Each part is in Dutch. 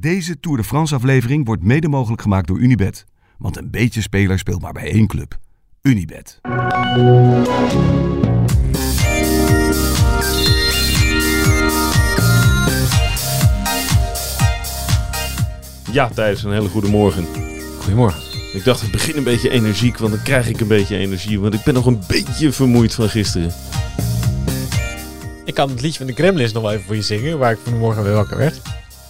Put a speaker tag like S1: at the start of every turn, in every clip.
S1: Deze Tour de France-aflevering wordt mede mogelijk gemaakt door Unibed. Want een beetje speler speelt maar bij één club. Unibed.
S2: Ja, Thijs, een hele goede morgen.
S3: Goedemorgen.
S2: Ik dacht, ik begin een beetje energiek, want dan krijg ik een beetje energie. Want ik ben nog een beetje vermoeid van gisteren.
S3: Ik kan het liedje van de Gremlins nog wel even voor je zingen, waar ik vanmorgen weer wakker werd.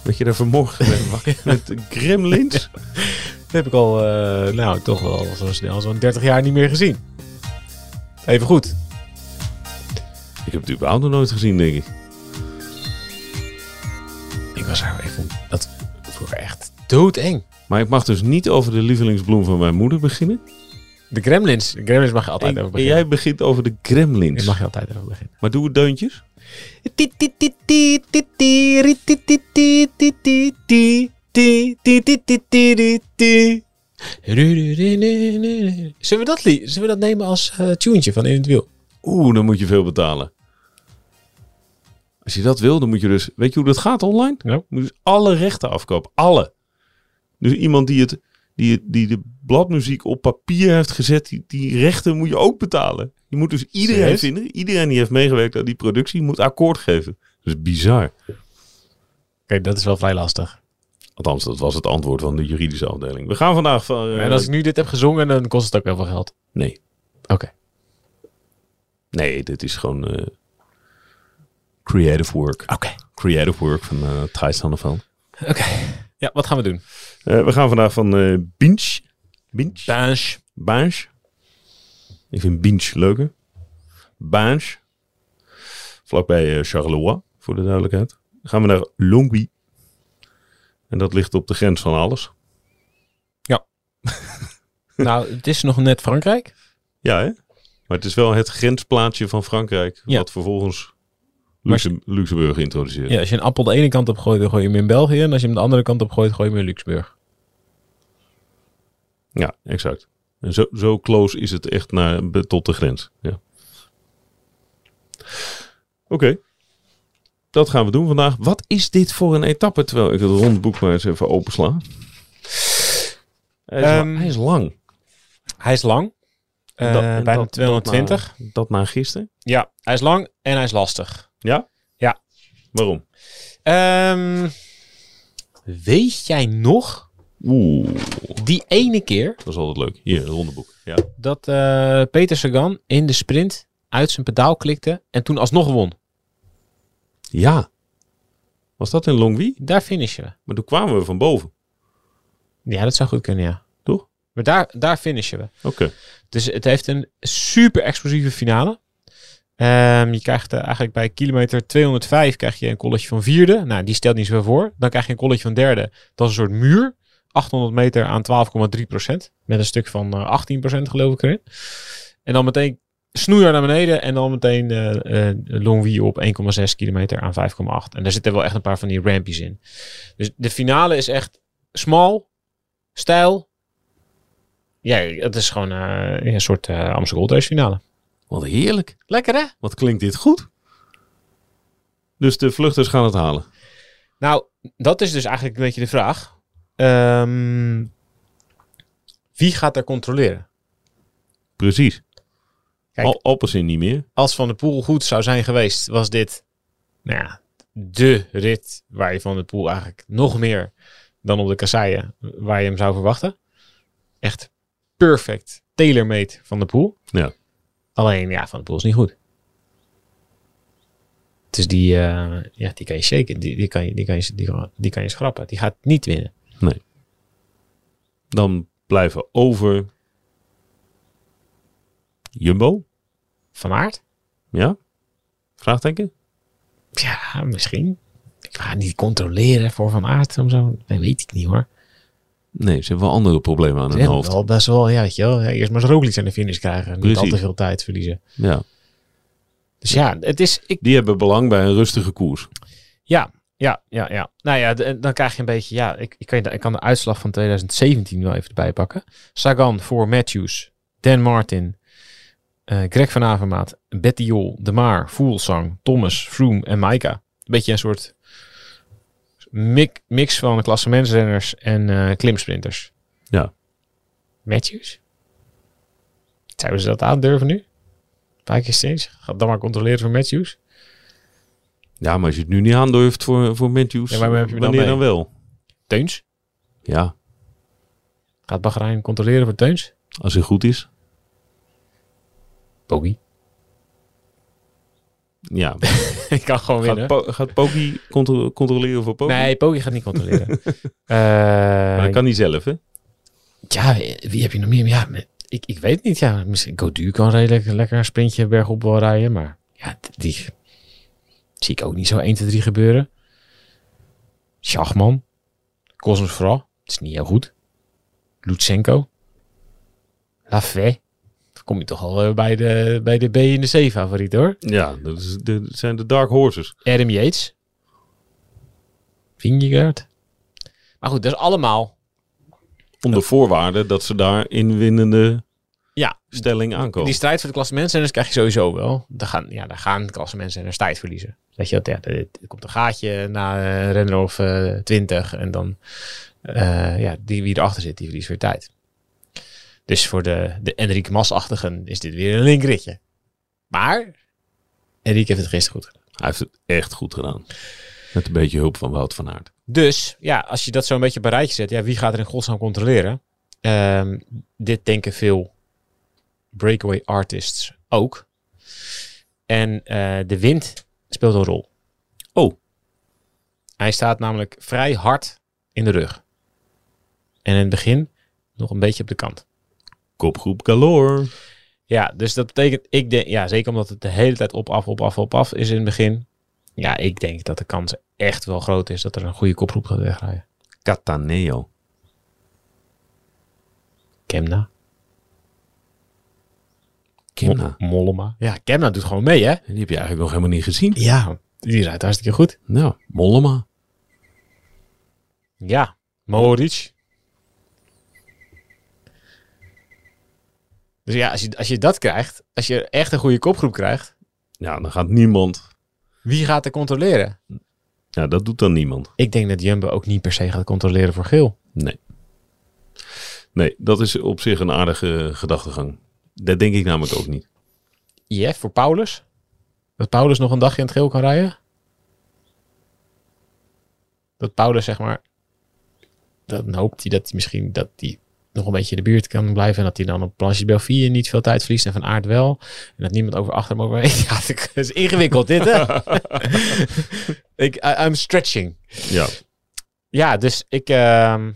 S2: Dat je daar vanmorgen mee wakker met de gremlins?
S3: Dat heb ik al, eh, nou, toch wel zo snel, zo'n 30 jaar niet meer gezien. Even goed.
S2: Ik heb het überhaupt nog nooit gezien, denk ik.
S3: Ik was daar even, dat vroeger echt doodeng.
S2: Maar ik mag dus niet over de lievelingsbloem van mijn moeder beginnen.
S3: De Gremlins, de Gremlins mag je altijd
S2: En,
S3: over
S2: en
S3: beginnen.
S2: jij begint over de
S3: Daar
S2: gremlins.
S3: mag je altijd over beginnen.
S2: Maar doe het deuntjes.
S3: Zullen we dat, lied- zullen we dat nemen als eh tunetje van In het Wiel?
S2: Oeh, dan moet je veel betalen. Als je dat wil, dan moet je dus... Weet je hoe dat gaat online?
S3: Ja.
S2: Moet je dus alle rechten afkopen. Alle. Dus iemand die, het, die, het- die de bladmuziek op papier heeft gezet, die, die rechten moet je ook betalen. Je moet dus iedereen
S3: Serieus?
S2: vinden, iedereen die heeft meegewerkt aan die productie, moet akkoord geven. Dat is bizar.
S3: Oké, dat is wel vrij lastig.
S2: Althans, dat was het antwoord van de juridische afdeling. We gaan vandaag van... eh,
S3: En als ik nu dit heb gezongen, dan kost het ook heel veel geld.
S2: Nee.
S3: Oké.
S2: Nee, dit is gewoon eh, creative work.
S3: Oké.
S2: Creative work van eh Thijs Hanneveld.
S3: Oké. Ja, wat gaan we doen?
S2: Eh, we gaan vandaag van eh Binge. Binge?
S3: Dash.
S2: Binge. Ik vind Binge leuker. Binge. Vlakbij eh, Charleroi, voor de duidelijkheid. Dan gaan we naar Longwy. En dat ligt op de grens van alles.
S3: Nou, het is nog net Frankrijk.
S2: Ja, hè? Maar het is wel het grensplaatsje van Frankrijk.
S3: Ja.
S2: Wat vervolgens
S3: Maar-
S2: Luxem- Luxemburg introduceert.
S3: Ja, als je een appel de ene kant op gooit, dan gooi je hem in België. En als je hem de andere kant op gooit, gooi je hem in Luxemburg.
S2: Ja, exact. En zo, zo close is het echt naar, be- tot de grens. Ja. Oké. Dat gaan we doen vandaag. Wat is dit voor een etappe? Terwijl ik het rondboek maar eens even opensla. Hij is, la-
S3: Ehm,
S2: hij is lang.
S3: Hij is lang. Eh,
S2: Dat- en
S3: bijna
S2: dat-
S3: 220.
S2: Dat na, dat na gisteren.
S3: Ja, hij is lang en hij is lastig.
S2: Ja?
S3: Ja.
S2: Waarom?
S3: Ehm, weet jij nog
S2: Oeh,
S3: die ene keer
S2: dat is altijd leuk. Hier, het rondeboek. Ja.
S3: dat eh, Peter Sagan in de sprint uit zijn pedaal klikte en toen alsnog won?
S2: ja. Was dat in Longwy?
S3: Daar finishen we.
S2: Maar toen kwamen we van boven.
S3: Ja, dat zou goed kunnen, ja.
S2: Toch?
S3: Maar daar, daar finishen we.
S2: Oké.
S3: Dus het heeft een super explosieve finale. Ehm, je krijgt eh, eigenlijk bij kilometer 205 krijg je een kolletje van vierde. Nou, die stelt niet zoveel voor. Dan krijg je een kolletje van derde. Dat is een soort muur. 800 meter aan 12,3 procent. Met een stuk van eh, 18 procent geloof ik erin. En dan meteen snoeier naar beneden. En dan meteen eh eh Longwy op 1,6 kilometer aan 5,8. En daar zitten wel echt een paar van die rampjes in. Dus de finale is echt smal, stijl. Ja, het is gewoon eh, een soort eh Amsterdam Gold Race finale.
S2: Wat heerlijk.
S3: Lekker hè?
S2: Wat klinkt dit goed? Dus de vluchters gaan het halen.
S3: Nou, dat is dus eigenlijk een beetje de vraag. Ehm, wie gaat daar controleren?
S2: Precies.
S3: Kijk.
S2: Al Alpecin niet meer.
S3: Als Van der Poel goed zou zijn geweest, was dit nou ja, de rit waar je Van der Poel eigenlijk nog meer dan op de kasseien waar je hem zou verwachten. Echt perfect tailor-made Van der Poel.
S2: Ja.
S3: Alleen, ja, Van der Poel is niet goed. Dus die, eh, ja, die kan je shaken. Die, die, kan je, die, kan je, die, kan, die kan je schrappen. Die gaat niet winnen.
S2: Dan blijven over Jumbo.
S3: Van Aert?
S2: Ja? Vraagteken?
S3: Ja, misschien. Ik ga niet controleren voor Van Aert of zo. Dat weet ik niet hoor.
S2: Nee, ze hebben wel andere problemen aan
S3: Ze
S2: hun
S3: hebben
S2: hoofd.
S3: wel best wel, ja, weet je wel. Ja, Eerst maar eens Roglic aan de finish krijgen. Niet
S2: Precies.
S3: al te veel tijd verliezen.
S2: Ja.
S3: Dus ja, het is... Ik,
S2: Die hebben belang bij een rustige koers.
S3: ja, ja, ja, ja. Nou ja, de- dan krijg je een beetje... Ja, ik, ik, kan, je de- ik kan de uitslag van 2017 wel even erbij pakken. Sagan voor Matthews. Dan Martin. eh, Greg van Avermaat. Betty Jol. De Maar. Voelsang. Thomas. Froome en Maika. Een beetje een soort... mik- mix van klassementsrenners en eh, klimsprinters.
S2: Ja.
S3: Matthews? Zouden ze dat aandurven nu? Bike steeds. Ga dan maar controleren voor Matthews.
S2: Ja, maar als je het nu niet aandurft voor, voor Matthews,
S3: Ja, maar waar heb je hem dan
S2: wanneer
S3: mee?
S2: dan wel?
S3: Teuns?
S2: Ja,
S3: Gaat Bahrein controleren voor Teuns?
S2: als hij goed is.
S3: Bogie.
S2: Ja,
S3: Ik kan gewoon winnen.
S2: gaat, po gaat Poggi contro- controleren voor Poggi?
S3: Nee, Poggi gaat niet controleren. Eh,
S2: Maar dat kan hij zelf, hè?
S3: Ja, wie heb je nog meer? Ja, met- ik, ik weet niet. Ja, misschien Godu kan redelijk lekker een sprintje bergop wel rijden. Maar ja, d- die zie ik ook niet zo 1, 2, 3 gebeuren. Schachman. Cosmos vooral. Het is niet heel goed. Lutsenko. Lafay. Dan kom je toch al eh, bij de, bij de B in de C favoriet hoor.
S2: Ja, dat, is, dat zijn de dark horses.
S3: Adam Yates. Vingegaard. Maar goed, dat is allemaal.
S2: Onder voorwaarde dat ze daar in winnende
S3: Ja,
S2: stelling aankomen.
S3: Die strijd voor de klassementsrenners krijg je sowieso wel. Daar gaan, ja, daar gaan klassementsrenners tijd verliezen. Weet je dat? Ja, er, er komt een gaatje na eh renner of eh 20. En dan, eh, ja, die wie erachter zit, die verliest weer tijd. Dus voor de, de Enrique Mas-achtigen is dit weer een linkritje. Maar Enrique heeft het gisteren goed gedaan.
S2: Hij heeft het echt goed gedaan. Met een beetje hulp van Wout van Aert.
S3: Dus ja, als je dat zo een beetje op een rijtje zet, ja, wie gaat er in godsnaam controleren? Ehm, dit denken veel breakaway artists ook. En eh, de wind speelt een rol.
S2: Oh.
S3: Hij staat namelijk vrij hard in de rug. En in het begin nog een beetje op de kant.
S2: Kopgroep Galore.
S3: Ja, dus dat betekent, ik denk, ja, zeker omdat het de hele tijd op, af, op, af, op, af is in het begin. Ja, ik denk dat de kans echt wel groot is dat er een goede kopgroep gaat wegrijden.
S2: Cataneo.
S3: Kemna.
S2: Kimna.
S3: Mo- Mollema. Ja, Kemna doet gewoon mee, hè?
S2: Die heb je eigenlijk nog helemaal niet gezien.
S3: Ja. Die rijdt hartstikke goed.
S2: Nou, Mollema.
S3: Ja. Mohoric. Dus ja, als je, als je dat krijgt, als je echt een goede kopgroep krijgt,
S2: Ja, dan gaat niemand.
S3: wie gaat er controleren?
S2: Ja, dat doet dan niemand.
S3: Ik denk dat Jumbo ook niet per se gaat controleren voor geel.
S2: Nee. Nee, dat is op zich een aardige gedachtegang. Dat denk ik namelijk ook niet.
S3: IF voor Paulus? Dat Paulus nog een dagje in het geel kan rijden? Dat Paulus, zeg maar, dan hoopt hij dat hij misschien dat hij nog een beetje in de buurt kan blijven. En dat hij dan op Planche Belvier niet veel tijd verliest. En van aard wel. En dat niemand over achter hem overheen gaat. Het is ingewikkeld, dit hè? ik, I- I'm stretching.
S2: Ja.
S3: Ja, dus ik, ehm,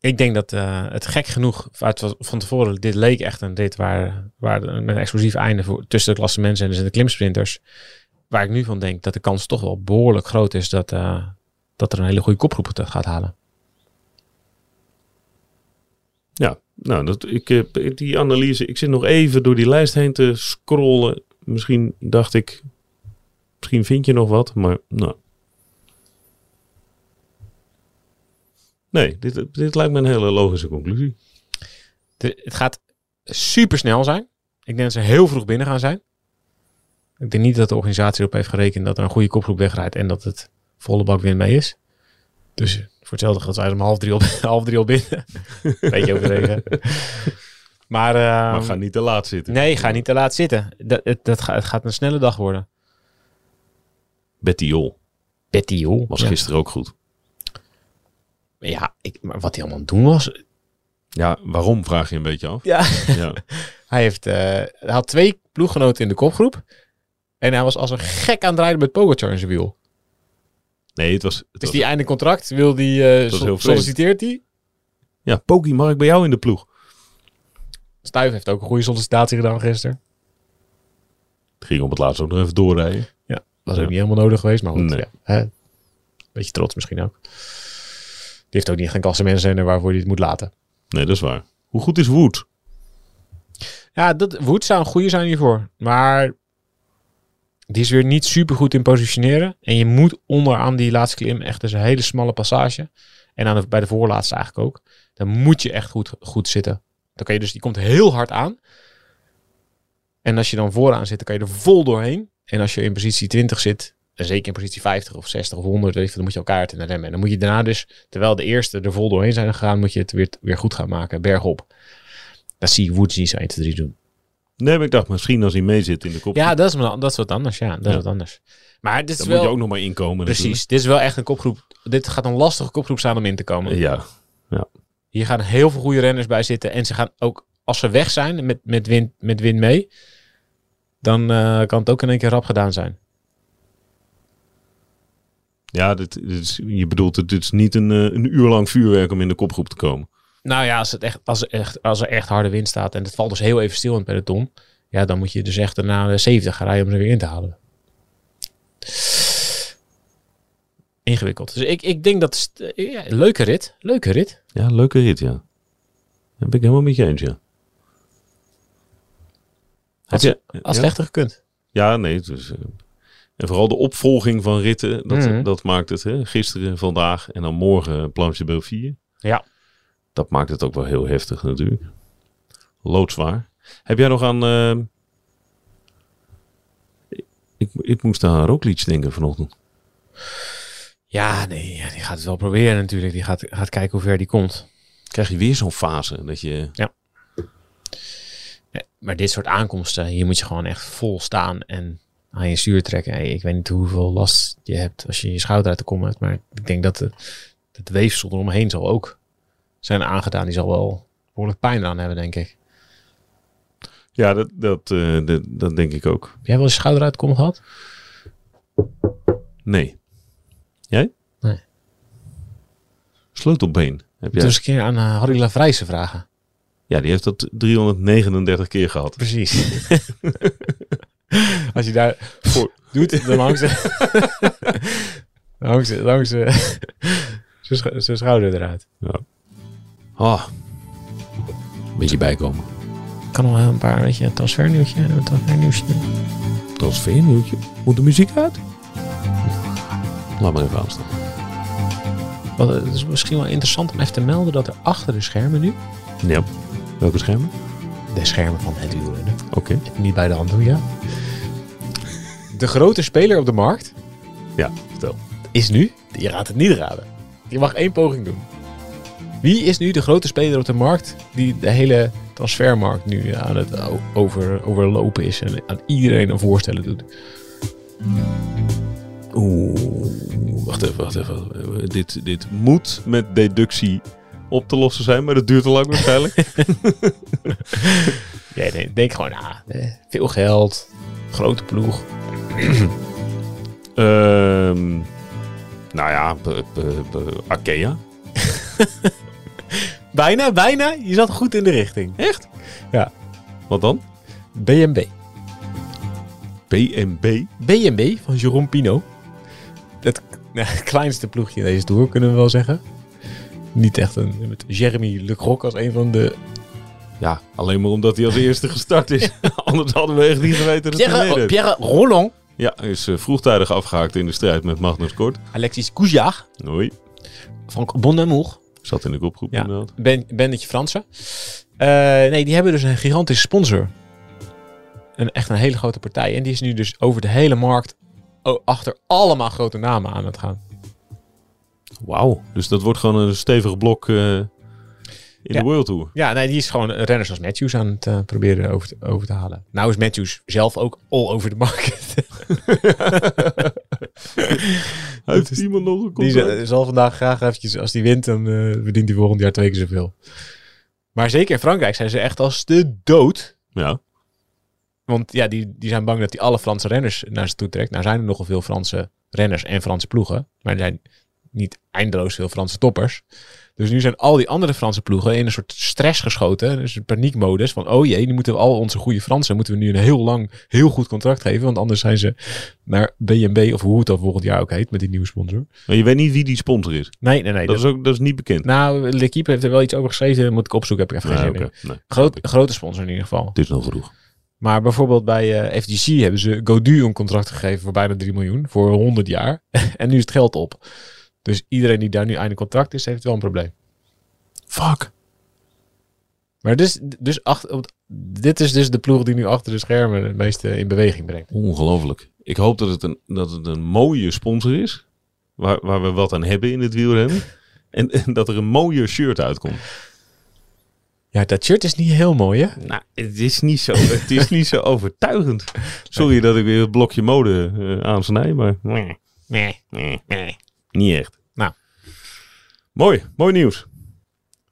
S3: ik denk dat eh, het gek genoeg uit wat van tevoren, dit leek echt een rit waar, waar een een explosief einde voor, tussen de klasse mensen en dus de klimsprinters. Waar ik nu van denk dat de kans toch wel behoorlijk groot is dat, eh, dat er een hele goede kopgroep het gaat halen.
S2: Ja, nou, dat, ik heb die analyse. Ik zit nog even door die lijst heen te scrollen. Misschien dacht ik. Misschien vind je nog wat, maar nou. Nee, dit, dit lijkt me een hele logische conclusie.
S3: De- het gaat super snel zijn. Ik denk dat ze heel vroeg binnen gaan zijn. Ik denk niet dat de organisatie erop heeft gerekend dat er een goede kopgroep wegrijdt en dat het volle bak win mee is. Dus voor hetzelfde geld zijn ze om half drie op, half drie al binnen. Beetje overdreven. maar, ehm,
S2: maar ga niet te laat zitten.
S3: nee, ga niet te laat zitten. Dat, het, dat ga- het gaat een snelle dag worden.
S2: Betty Jol
S3: Betty Jol.
S2: was
S3: ja.
S2: gisteren ook goed.
S3: Ja, ik, maar wat hij allemaal aan het doen was.
S2: Ja, waarom vraag je een beetje af?
S3: Ja.
S2: Ja,
S3: Hij, heeft, eh, hij had twee ploeggenoten in de kopgroep. En hij was als een gek aan het rijden met Pogacar in zijn wiel.
S2: nee, het was. Het
S3: Dus
S2: was
S3: die einde contract wil die eh,
S2: was
S3: sol-
S2: heel vreemd.
S3: solliciteert hij?
S2: Ja, Poki, mag ik bij jou in de ploeg?
S3: Stuyf heeft ook een goede sollicitatie gedaan gisteren.
S2: Het ging op het laatst ook nog even doorrijden.
S3: Was
S2: Ja.
S3: ook niet helemaal nodig geweest, maar goed.
S2: Nee.
S3: Ja, hè. Beetje trots misschien ook. Die heeft ook niet geen klassementsrenner waarvoor hij het moet laten.
S2: Nee, dat is waar. Hoe goed is Wood?
S3: Ja, dat, Wood zou een goede zijn hiervoor. Maar die is weer niet super goed in positioneren. En je moet onderaan die laatste klim echt dus een hele smalle passage. En aan de, bij de voorlaatste eigenlijk ook. Dan moet je echt goed, goed zitten. Dan kan je dus, die komt heel hard aan. En als je dan vooraan zit, dan kan je er vol doorheen. En als je in positie 20 zit, zeker in positie 50 of 60 of 100, weet je, dan moet je elkaar ten remmen. En dan moet je daarna dus, terwijl de eerste er vol doorheen zijn gegaan, moet je het weer, weer goed gaan maken, bergop. Dat zie ik Woods niet zo 1, 2, 3 doen.
S2: Nee, maar ik dacht misschien als hij mee zit in de kop.
S3: Ja, dat is, maar- dat is wat anders. Ja, dat is
S2: Ja.
S3: wat anders. Maar dit is
S2: dan
S3: wel...
S2: moet je ook nog maar inkomen.
S3: Precies, dit is wel echt een kopgroep. Dit gaat een lastige kopgroep staan om in te komen.
S2: natuurlijk. Ja,
S3: Hier gaan heel veel goede renners bij zitten. En ze gaan ook, als ze weg zijn met, met, wind, met wind mee, dan eh, kan het ook in één keer rap gedaan zijn.
S2: ja dit, dit is, je bedoelt, het dit is niet een, eh, een uur lang vuurwerk om in de kopgroep te komen.
S3: Nou ja, als, het echt, als, er echt, als er echt harde wind staat en het valt dus heel even stil in het peloton, ja, dan moet je dus echt daarna de 70 gaan rijden om ze weer in te halen. Ingewikkeld. Dus ik, ik denk dat... het- Ja, leuke rit. Leuke rit.
S2: Ja, leuke rit, ja. Heb ik helemaal met je eens, ja.
S3: Had,
S2: je,
S3: had
S2: ja?
S3: slechter gekund.
S2: Ja, nee. het is, eh, en vooral de opvolging van ritten, dat,
S3: Mhm.
S2: dat maakt het. Hè? Gisteren, vandaag en dan morgen Planche de 4.
S3: Ja.
S2: Dat maakt het ook wel heel heftig natuurlijk. Loodzwaar. Heb jij nog aan... eh, ik- Ik, ik moest aan Roglic denken vanochtend.
S3: Ja, nee, ja, die gaat het wel proberen natuurlijk. Die gaat, gaat kijken hoe ver die komt.
S2: Krijg je weer zo'n fase dat je...
S3: Nee, maar dit soort aankomsten, hier moet je gewoon echt vol staan en aan je zuur trekken. Hey, ik weet niet hoeveel last je hebt als je je schouder uit de kom hebt, maar ik denk dat de, het weefsel eromheen zal ook zijn aangedaan. Die zal wel behoorlijk pijn aan hebben, denk ik.
S2: Ja, dat, dat, eh, dat, dat denk ik ook.
S3: Heb jij wel eens je schouder uit de kom gehad?
S2: Nee. Jij?
S3: Nee.
S2: Sleutelbeen. Heb jij?
S3: Toen eens een keer aan eh, Harry Lavrijse vragen.
S2: Ja, die heeft dat 339 keer gehad.
S3: Precies. als je daar voor doet, dan hangt ze... dan hangt ze, dan hangt ze zijn scho- zijn schouder eruit.
S2: Ah. Beetje bijkomen.
S3: kan nog wel een paar, weet je, een transfernieuwtje, een transfernieuwsje.
S2: Transfernieuwtje. Moet de muziek uit? Laat maar even aanstaan.
S3: Wat, eh, het is misschien wel interessant om even te melden dat er achter de schermen nu,
S2: Ja. Welke schermen?
S3: de schermen van het wielrennen,
S2: Oké.
S3: niet bij de hand doen, ja. De grote speler op de markt
S2: Ja, vertel.
S3: is nu, je raadt het niet raden, je mag één poging doen. Wie is nu de grote speler op de markt die de hele transfermarkt nu eh, aan het o- over, overlopen is en aan iedereen een voorstellen doet?
S2: Oeh, wacht even, wacht even. wacht even. Eh, Dit, dit moet met deductie op te lossen zijn, maar dat duurt te lang waarschijnlijk.
S3: Nee, nee, denk gewoon, ah, eh, veel geld, grote ploeg.
S2: Ehm, nou ja, b- b- b- Arkea.
S3: Bijna, bijna. Je zat goed in de richting. Echt?
S2: Wat dan?
S3: BNB.
S2: BNB.
S3: BNB van Jérôme Pino. Het, nou, het kleinste ploegje in deze tour, kunnen we wel zeggen. Niet echt een... Met Jeremy Le Croc als een van de...
S2: Ja, alleen maar omdat hij als eerste gestart is. Anders hadden we echt niet geweten dat hij meedeed.
S3: Pierre Rollon.
S2: Ja, hij is eh, vroegtijdig afgehaakt in de strijd met Magnus Kort.
S3: Alexis Couillard.
S2: Hoi.
S3: Frank Bonamour.
S2: Zat in de kopgroep
S3: Ja.
S2: inderdaad.
S3: Ben, Bennetje Fransen. Eh, nee, die hebben dus een gigantische sponsor. Een, echt een hele grote partij. En die is nu dus over de hele markt... o- achter allemaal grote namen aan het gaan.
S2: Wauw. Dus dat wordt gewoon een stevig blok eh, in
S3: Ja.
S2: de World Tour.
S3: Ja, nee, die is gewoon renners als Matthews aan het eh, proberen over te, over te halen. Nou is Matthews zelf ook all over the market.
S2: Heeft iemand nog een
S3: die
S2: contract?
S3: zal, zal vandaag graag eventjes, als die wint, dan eh verdient hij volgend jaar twee keer zoveel. Maar zeker in Frankrijk zijn ze echt als de dood.
S2: Ja.
S3: Want ja, die, die zijn bang dat hij alle Franse renners naar ze toe trekt. Nou zijn er nogal veel Franse renners en Franse ploegen. Maar er zijn niet eindeloos veel Franse toppers. Dus nu zijn al die andere Franse ploegen in een soort stress geschoten. Dus een paniekmodus van, oh jee, nu moeten we al onze goede Fransen... moeten we nu een heel lang, heel goed contract geven. Want anders zijn ze naar BNB of hoe het dan volgend jaar ook heet... met die nieuwe sponsor.
S2: Maar je weet niet wie die sponsor is.
S3: Nee, nee, nee.
S2: Dat is, ook, dat is niet bekend.
S3: Nou, L'Equipe heeft er wel iets over geschreven. Moet ik opzoeken, heb ik even geen
S2: Nee,
S3: zin
S2: Ah, oké.
S3: in.
S2: Nee,
S3: Groot, grote sponsor in ieder geval.
S2: het is nog vroeg.
S3: Maar bijvoorbeeld bij eh FDC hebben ze Godu een contract gegeven voor bijna 3 miljoen. Voor 100 jaar. en nu is het geld op. Dus iedereen die daar nu einde contract is, heeft wel een probleem.
S2: Fuck.
S3: Maar dus, dus achter, op- dit is dus de ploeg die nu achter de schermen het meeste in beweging brengt.
S2: Ongelooflijk. Ik hoop dat het een, dat het een mooie sponsor is. Waar, waar we wat aan hebben in het wielrennen. En, en dat er een mooie shirt uitkomt.
S3: Ja, dat shirt is niet heel mooi, hè?
S2: Nou, het is niet zo, het is niet zo overtuigend. Sorry dat ik weer het blokje mode eh aansnij, maar nee,
S3: Nee.
S2: nee, nee, niet echt.
S3: Nou.
S2: Mooi, mooi nieuws.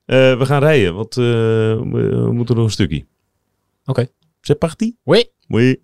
S2: Eh, we gaan rijden, want eh, we, we moeten nog een stukje.
S3: Oké.
S2: C'est parti?
S3: Wee.
S2: Oui.